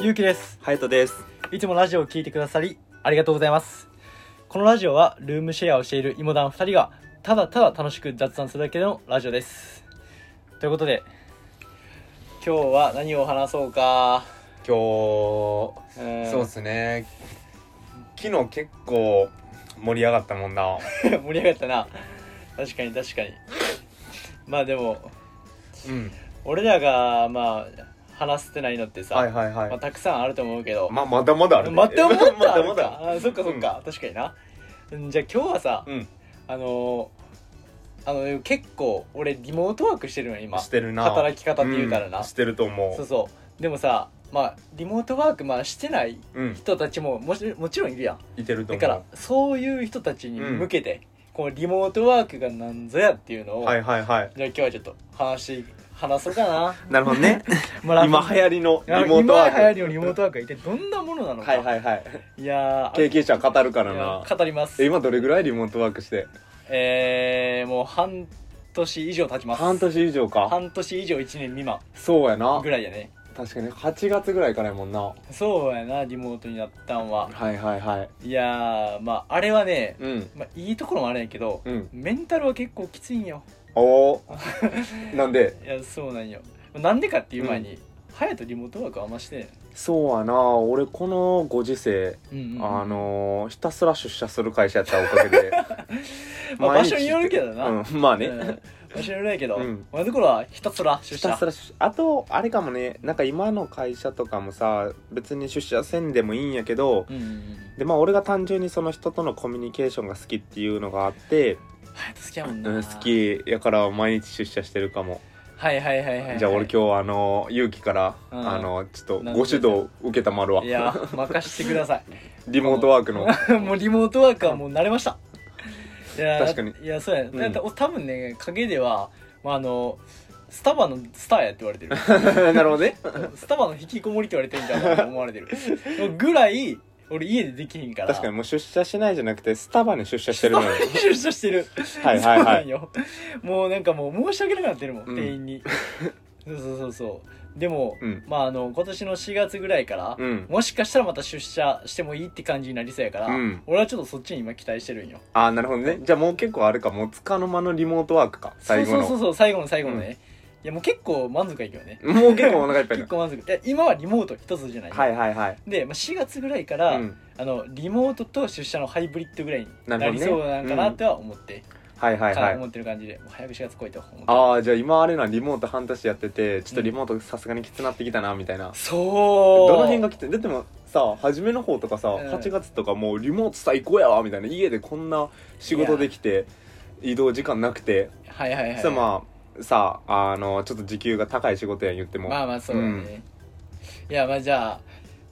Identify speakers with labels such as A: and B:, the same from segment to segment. A: ゆうきです
B: ハヤトです。
A: いつもラジオを聞いてくださりありがとうございますこのラジオはルームシェアをしている芋団2人がただただ楽しく雑談するだけのラジオですということで今日は何を話そうか
B: 今日、そううんですね。昨日結構盛り上がったもんな。
A: 盛り上がったな確かに確かにまあでも
B: うん。
A: 俺らがまあ話してないのってさ、
B: はいはいは
A: まあ、
B: い。
A: たくさんあると思うけど、
B: ま、まだまだあるね。
A: 待って思っ た
B: まだ
A: あ
B: ま
A: る
B: だ。
A: かあそっかそっか、確かになうんじゃあ今日はさ、
B: うん。
A: あのーあの結構俺リモートワークしてるのよ今
B: してるな。
A: 働き方って言うたらな
B: うんしてると思
A: そう
B: う。
A: そうでもさまあリモートワークまあしてない
B: うん。
A: 人たちももしもちろんいるやん
B: いてると
A: だ
B: 思う。
A: からそういう人たちに向けて、このリモートワークがなんぞやっていうのを、
B: はいはいはい。
A: じゃあ今日はちょっと話し話そうかな
B: なるほ どね。
A: まあ
B: 今流行りのリ
A: あの
B: モートワーク。
A: 今流行りのリモートワークが一体どんなものなのか、
B: はいはいはい。
A: い、やー
B: 経験者語るから
A: いや
B: な。
A: 語ります
B: え、今どれぐらいリモートワークして
A: えー、もう半年以上経ちます
B: 半年以上か。
A: 半年以上1年未満
B: そうやな
A: ぐ。らいやね
B: 確かに8月ぐらいからやもんな。は
A: そうやなリモートになったんはい
B: はいはい。
A: いやーまああれはね、
B: うん。
A: まあ、いいところもあるんやけど、
B: うん。
A: メンタルは結構きついんよ
B: おお なんで
A: いやそうなんよなんでかっていう前に、隼人リモートワークあんまして
B: そうやな俺このご時世、
A: うんうんうん
B: あのーひたすら出社する会社やったおかげで
A: まあ
B: 毎日
A: 場所によるけどな
B: うん、まあね、
A: うんまあ知らないけど、
B: うん
A: まあ、ところはひたすら出
B: ひ
A: 社
B: たすら出社あとあれかもねなんか今の会社とかもさ別に出社せんでもいいんやけど
A: うんうんうん
B: でまあ俺が単純にその人とのコミュニケーションが好きっていうのがあって、
A: 隼人好きやもんな、
B: うん、好きやから毎日出社してるかも、
A: はいはいはいはい、はい、
B: じゃあ俺今日あの勇気から、
A: うん
B: あのちょっとご指導受けたまるわ
A: いや任せてください
B: リモートワ ークの
A: もうリモートワークはもう慣れました。いやー
B: 確かに
A: いやそうや、ね
B: うん
A: だってお多分ね影では、まあ、あのスタバのスターやって言われて る
B: なるほどね
A: スタバの引きこもりって言われてるみたいな思われてるぐらい俺家でできひんから
B: 確かにもう出社しないじゃなくてスタバに出社してるのよ
A: 出社してる
B: はいはい
A: そうな
B: は
A: ん
B: い
A: よもうなんかもう申し訳なくなってるもん、
B: うん
A: 店員にそうそうそうそうでも、
B: うん
A: まああの今年の4月ぐらいから、
B: うん
A: もしかしたらまた出社してもいいって感じになりそうやから、
B: うん
A: 俺はちょっとそっちに今期待してるんよ
B: ああなるほどねじゃあもう結構あれかもうつかの間のリモートワークか最後の
A: そうそうそうそう最後の最後のね、いやもう結構満足がいくよね
B: もう結構お腹いっぱ い
A: 結
B: だ
A: 構満足いや今はリモート一つじゃない、
B: はいはいはい
A: で、まあ、4月ぐらいから、
B: うん
A: あのリモートと出社のハイブリッドぐらいに
B: な
A: な
B: るほど
A: り
B: ね
A: そうなんかなとは思って、
B: はいはい
A: かな
B: は
A: 思
B: い
A: ってる感じでもう早く4月来いと思って
B: ああじゃあ今あれなリモート半年やっててちょっとリモートさすがにきつなってきたなみたいな、
A: そう
B: どの辺がきついででもさ初めの方とかさ、
A: うん
B: 8月とかもうリモート最高やわみたいな家でこんな仕事できて移動時間なくて
A: はいはいはい
B: そしたらまあさあのちょっと時給が高い仕事やん言っても、
A: まあまあそうだね、いやまあじゃ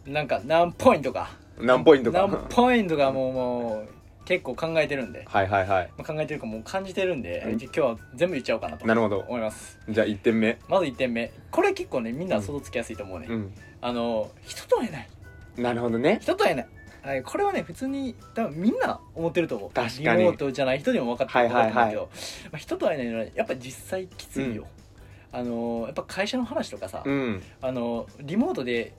A: あなんか何ポイントか
B: 何ポイントか
A: 何ポイントかもうもう結構考えてるんで、
B: はいはいはい
A: まあ、考えてるかもう感じてるんで、
B: うん
A: 今日は全部言っちゃおうかなと
B: なるほど
A: 思います
B: じゃあ1点目
A: まず1点目これ結構ねみんな想像つきやすいと思うね、
B: うん
A: あの人と会えない
B: なるほどね
A: 人と会えないはい、これはね普通に多分みんな思ってると思う
B: 確かに
A: リモートじゃない人にも分かって
B: は
A: る
B: い
A: と
B: はい
A: 思
B: は
A: う
B: い
A: んだけど、まあ、人と会えないのはやっぱ実際きついよ、あのやっぱ会社の話とかさ、
B: うん
A: あのリモートで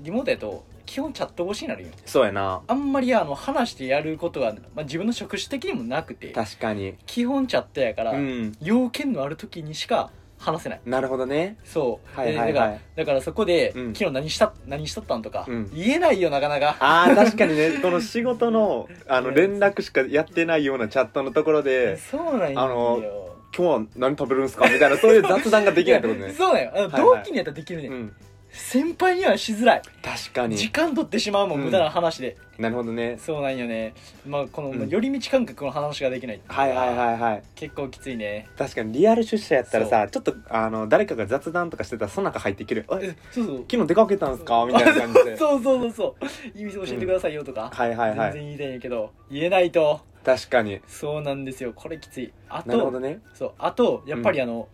A: リモートやと基本チャット越しになるんよ
B: そうやな
A: あんまりあの話してやることは、まあ、自分の職種的にもなくて
B: 確かに
A: 基本チャットやから、
B: うん
A: 要件のある時にしか話せない
B: なるほどね
A: そう、
B: はいはい
A: でだか
B: は
A: ら
B: い
A: だからそこで、
B: うん
A: 昨日何した何しとったんとか、
B: うん
A: 言えないよなかなか
B: あー確かにね この仕事のあの連絡しかやってないようなチャットのところで
A: そうなんよ
B: あの「今日は何食べるんすか?」みたいなそういう雑談ができないってこと
A: いや
B: ね
A: そうなんよあの、
B: はいはい
A: 同期にやったらできるね、
B: うん
A: 先輩にはしづらい
B: 確かに
A: 時間取ってしまうもん、
B: うん
A: 無駄な話で
B: なるほどね
A: そうなんよねまあこの、
B: うん
A: 寄り道感覚の話ができないってうのが
B: はいはいはいはい
A: 結構きついね
B: 確かにリアル出社やったらさちょっとあの誰かが雑談とかしてたらその中入ってきる「え
A: えそうそう
B: 昨日出かけたんすか?」みたいな感じ で
A: そうそうそうそう意味教えてくださいよとか、
B: はいはいは
A: 全然言
B: い
A: いたいんやけど言えないと
B: 確かに
A: そうなんですよこれきついあ
B: なるほ
A: と
B: どね
A: そうあとやっぱりあの、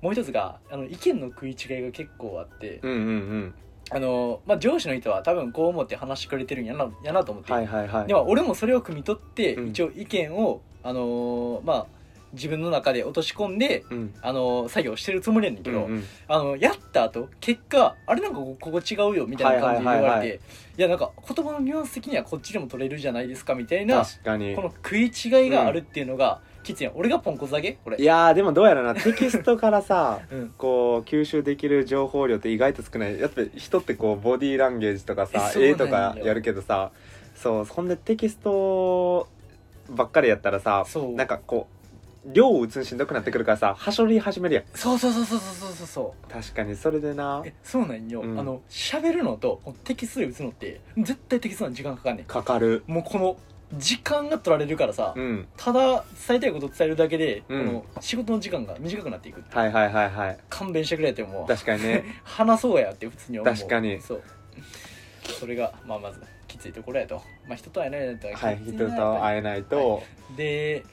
A: もう一つがあの意見の食い違いが結構あって、
B: うんうんうん
A: あのまあ、上司の人は多分こう思って話してくれてるんやなやなと思って、
B: はいはいはい
A: でも俺もそれを汲み取って
B: うん
A: 一応意見を、あのーまあ自分の中で落とし込んで
B: うん
A: あの作業してるつもりやねんけど、
B: うんうん
A: あのやった後結果あれなんかここ違うよみたいな感じで言われて、い
B: はいはいはいは
A: やなんか言葉のニュアンス的にはこっちでも取れるじゃないですかみたいな
B: 確かに
A: この食い違いがあるっていうのが、きついやん俺がポンコツだけこれ
B: いやーでもどうやらなテキストからさ
A: うん
B: こう吸収できる情報量って意外と少ないやっぱ人ってこうボディーランゲージとかさ
A: えそうなん
B: 絵
A: よ
B: とかやるけどさそうそんでテキストばっかりやったらさ
A: そう
B: なんかこう量を打つのしんどくなってくるからさはしょり始めるやん
A: そうそうそうそうそうそうそう
B: 確かにそれでな
A: えそうなんよ、
B: うん
A: あの喋るのとこのテキストで打つのって絶対テキストの時間かかんね
B: かかる
A: んもうこの時間が取られるからさ、
B: うん
A: ただ伝えたいことを伝えるだけで、
B: うん
A: この仕事の時間が短くなっていく
B: はいはいはいはい
A: 勘弁してくれって思う
B: 確かにね
A: 話そうやって普通に思う
B: 確かに
A: そうそれが、まあ、まずきついところやと、まあ、人と会えないなんて
B: はい人と
A: え
B: 会えないと、
A: で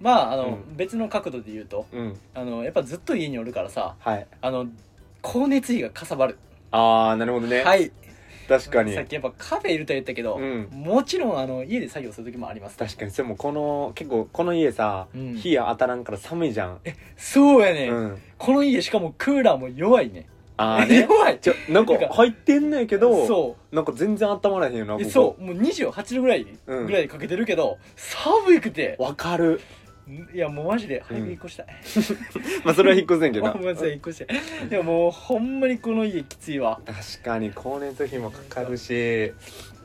A: まああの、
B: う
A: 別の角度で言うと
B: うん
A: あのやっぱずっと家におるからさ
B: はい
A: あの光熱費がかさばる
B: ああなるほどね、
A: はい
B: 確かに
A: さっきやっぱカフェいると言ったけど、
B: うん
A: もちろんあの家で作業する時もあります
B: 確かにでもこの結構この家さ、
A: うん
B: 日当たらんから寒いじゃん、
A: そうやね、
B: うん
A: この家しかもクーラーも弱いね
B: ああね
A: 弱い
B: ちょなんか
A: なんか
B: 入ってんねんけど
A: そ
B: なんか全然温まらへんよな
A: う
B: こ
A: え
B: こ
A: そうもう28度ぐらい
B: うん
A: ぐらいかけてるけど、寒くて
B: わかる
A: いやもうマジで早く
B: うん
A: 引っ越したい、
B: まあそれは引っ越せんけど
A: ま
B: な
A: あまずは引っ越したいでももうほんまにこの家きついわ
B: 確かに光熱費もかかるし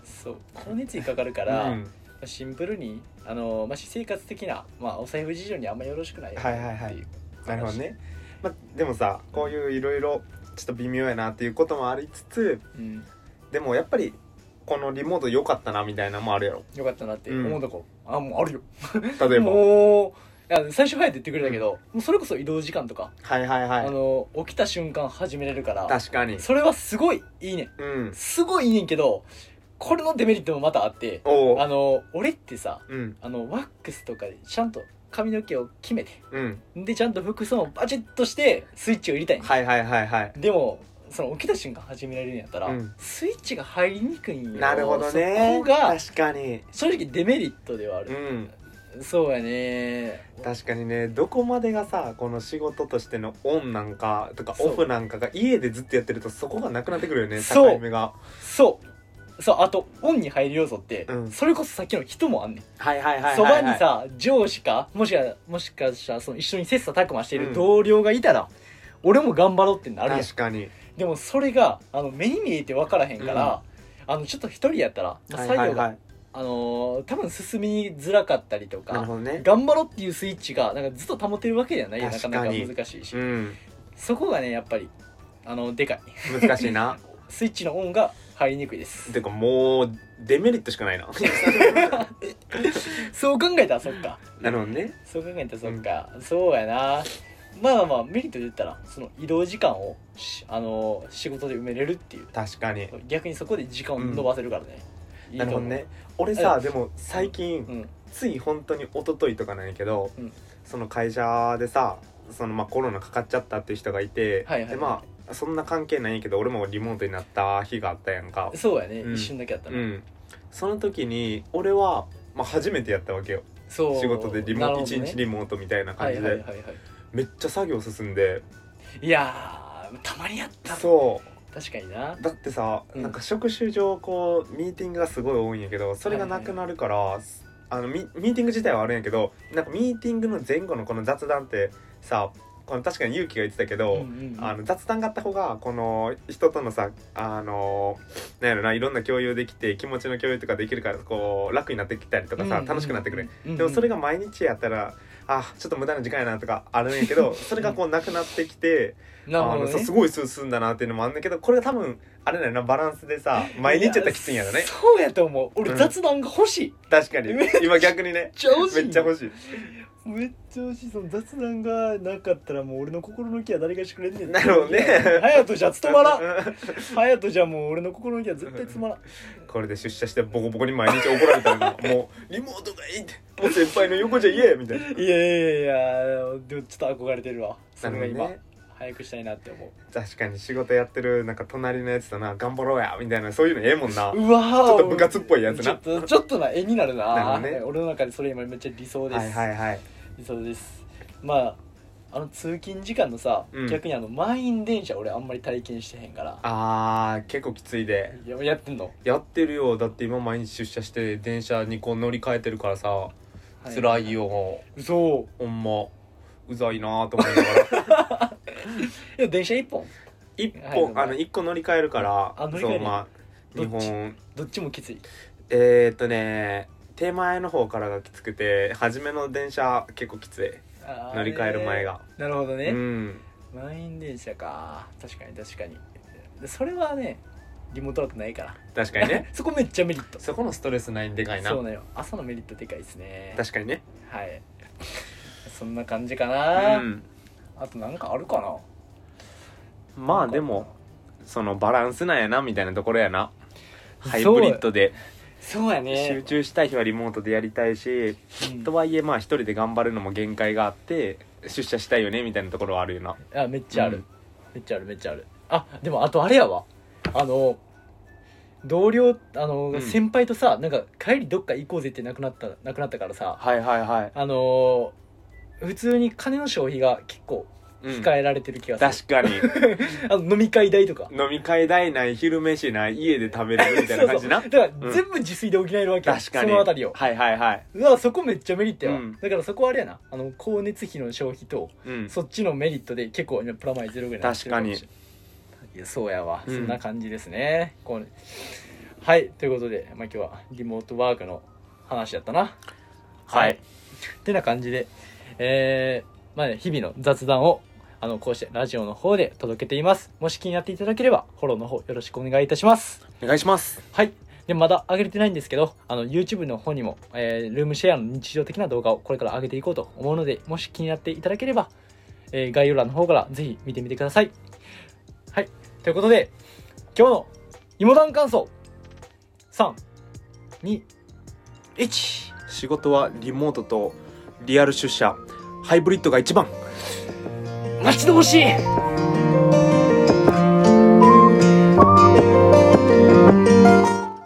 A: そう光熱費かかるか
B: う
A: ら、
B: ん
A: シンプルにあの、まあ、私生活的な、まあ、お財布事情にあんまよろしくないよね
B: はいはいはい
A: ってう
B: なるほどね、まあ、でもさこういういろいろちょっと微妙やなっていうこともありつつ
A: うん、
B: でもやっぱりこのリモート良かったなみたいなのもあるやろ
A: よかったなって思うとこ、あもうあるよ
B: 例えば
A: もういや最初早いって言ってくれたけど、もうそれこそ移動時間とか、
B: はいはいは
A: あ
B: い
A: の起きた瞬間始めれるから
B: 確かに
A: それはすごいいいねん
B: うん
A: すごいいいねんけどこれのデメリットもまたあって
B: お
A: あ
B: お
A: の俺ってさ
B: うん
A: あのワックスとかでちゃんと髪の毛を決めて
B: うん
A: でちゃんと服装もバチッとしてスイッチを入れたいねん、
B: はいはいはいはい
A: でもその起きた瞬間始められるんやったら、
B: うん
A: スイッチが入りにくいんよ
B: なるほどね
A: そこが
B: 確かに
A: 正直デメリットではあ
B: う
A: る、
B: ん
A: そうやね
B: 確かにねどこまでがさこの仕事としてのオンなんかとか
A: そう
B: オフなんかが家でずっとやってるとそこがなくなってくるよね
A: そう
B: 境目が
A: そうそうあとオンに入る要素って、
B: うん
A: それこそさっきの人もあんねん
B: はいはいはい
A: そば、
B: はいはい
A: にさ上司かもしかもしかしたらその一緒に切磋琢磨していうる
B: ん
A: 同僚がいたら、俺も頑張ろうってなるやん
B: 確かに
A: でもそれがあの目に見えて分からへんから、あのちょっと一人やったら、まあ
B: はい
A: 作業が、
B: はいはい
A: あのー多分進みづらかったりと
B: なる
A: か
B: ほどね
A: 頑張ろうっていうスイッチがなんかずっと保てるわけじゃないよなか
B: 確
A: な
B: か
A: か
B: に
A: 難しいし、
B: うん
A: そこがねやっぱりあのでかい
B: 難しいな
A: スイッチのオンが入りにくいです
B: てかもうデメリットしかないな
A: そう考えたらそっか
B: なるほどね
A: そう考えたらそっか、そうやなまあまあまあメリットで言ったらその移動時間をしあのー仕事で埋めれるっていう
B: 確かに
A: 逆にそこで時間を伸ばせるからね、いい
B: な
A: と
B: る
A: 思
B: ほ
A: う
B: どね俺さでも最近
A: うん
B: つい本当に一昨日とかなんやけど、
A: うん
B: その会社でさそのまあコロナかかっちゃったっていう人がいて、
A: はいはいはい
B: でまあそんな関係ないんやけど俺もリモートになった日があったやんか、
A: そうやね、
B: うん
A: 一瞬だけやった
B: う
A: な、
B: ん、その時に俺は、まあ、初めてやったわけよ
A: そう
B: 仕事でリモ
A: な
B: ー
A: る
B: ト
A: ほど
B: 一、
A: ね
B: 日リモートみたいな
A: は
B: 感
A: い
B: じ
A: は
B: で、
A: いはいはい
B: めっちゃ作業進んで
A: いやーたまにやった
B: そ
A: 確かにな
B: うだってさ、
A: うん
B: なんか職種上こうミーティングがすごい多いんやけどそれがなくなるから、あのミミーティング自体はあるんやけどなんかミーティングの前後のこの雑談ってさこの確かに勇気が言ってたけど、
A: うんうんうん
B: あの雑談があった方がこの人とのさあのなんやろないろんな共有できて気持ちの共有とかできるからこう楽になってきたりとか
A: う
B: さ、
A: んうん
B: 楽しくなってくる、
A: うんうん
B: でもそれが毎日やったらあちょっと無駄な時間やなとかあるんや けどそれがこうなくなってきて、
A: なる
B: あ
A: ほど
B: の
A: ね
B: そうすごい進んだなっていうのもあるんだけどこれが多分あれだよなバランスでさ毎日やったらきついんやろ
A: い
B: ね
A: やそうやと思う俺
B: うん
A: 雑談が欲しい、
B: 確かに
A: めっ
B: 今逆にね
A: めっちゃ欲しい
B: めっちゃ欲しい
A: めっちゃ欲しいその雑談がなかったらもう俺の心の気は誰がしてくれんねん
B: なるほどね
A: 隼人じゃ務まら ん
B: うん
A: 隼人じゃもう俺の心の気は絶対つまらん
B: これで出社してボコボコに毎日怒られたらもうリモートがいいってもう先輩の横じゃ言えみたいな。
A: いやいやいやでもちょっと憧れてるわそれ
B: な
A: が
B: るほど
A: 今、
B: ね
A: 早くしたいなって思う
B: 確かに仕事やってるなんか隣のやつとな頑張ろうやみたいなそういうのええもんな
A: うわー
B: ちょっと部活っぽいやつな
A: ちょっとちょっとな絵になるな
B: なるほどね
A: はい俺の中でそれ今めっちゃ理想です、
B: はいはいはい
A: 理想ですまああの通勤時間のさ、
B: うん
A: 逆にあの満員電車俺あんまり体験してへんから
B: あー結構きついで
A: いややってんの、
B: やってるよだって今毎日出社して電車にこう乗り換えてるからさ、辛いよ
A: 嘘
B: ほんまうざいなと思いなが ら
A: いや電車一本
B: 一
A: はい
B: 本あの一個乗り換えるから
A: あ乗り換え
B: そ
A: る
B: うまあ
A: ど
B: 日
A: っち
B: 本
A: どっちもきつい
B: えー、っとね手前の方からがきつくて初めの電車結構きつい乗
A: 乗
B: り換える前が
A: なるほどね、
B: うん
A: 満員電車か確かに確かにでそれはねリモートだとないから
B: 確かにね
A: そこめっちゃメリット
B: そこのストレスないんでかいな
A: そうなよ朝のメリットでかいですね
B: 確かにね
A: はいそんな感じか
B: う
A: な、
B: ん
A: あとなんかあるかな
B: ま
A: な
B: あ
A: んか
B: でもそのバランスなんやなみたいなところやな
A: そう
B: ハイブリッドで
A: そうや
B: 集
A: ね、
B: 中したい日はリモートでやりたいし
A: うん
B: とはいえまあ一人で頑張るのも限界があって出社したいよねみたいなところはあるよな
A: あめっちゃある、
B: うん
A: めっちゃあるめっちゃあるあでもあとあれやわあの同僚あの、
B: うん
A: 先輩とさなんか帰りどっか行こうぜってなくなったなくなったからさ
B: はいはいはい、
A: あのー普通に金の消費が結構
B: うん、
A: 控えられてる気がす
B: 確かに
A: る、あの飲み会代とか
B: 飲み会代ない昼飯ない家で食べれるみたいな感じな
A: そうそうだか
B: う
A: ら
B: ん
A: 全部自炊で補えるわけよ、
B: 確かに
A: そのあたりを
B: はいはいはいう
A: わそこめっちゃメリットやわ、
B: うん
A: だからそこはあれやなあの光熱費の消費と
B: うん
A: そっちのメリットで結構今プラマイゼロぐらいなってるもしれないいやそうやわ、
B: うん
A: そんな感じですねこうはいということで、まあ、今日はリモートワークの話やったな
B: はい
A: ってな感じでえーまあね、日々の雑談をあのこうしてラジオの方で届けていますもし気になっていただければフォローの方よろしくお願いいたします
B: お願いします
A: はい。で、まだ上げれてないんですけど、あの、YouTube の方にも、えールームシェアの日常的な動画をこれから上げていこうと思うので、もし気になっていただければ、えー概要欄の方からぜひ見てみてください。はい。ということで、今日の芋団感想、3、2、1。
B: 仕事はリモートとリアル出社ハイブリッドが一番
A: 待ち遠しい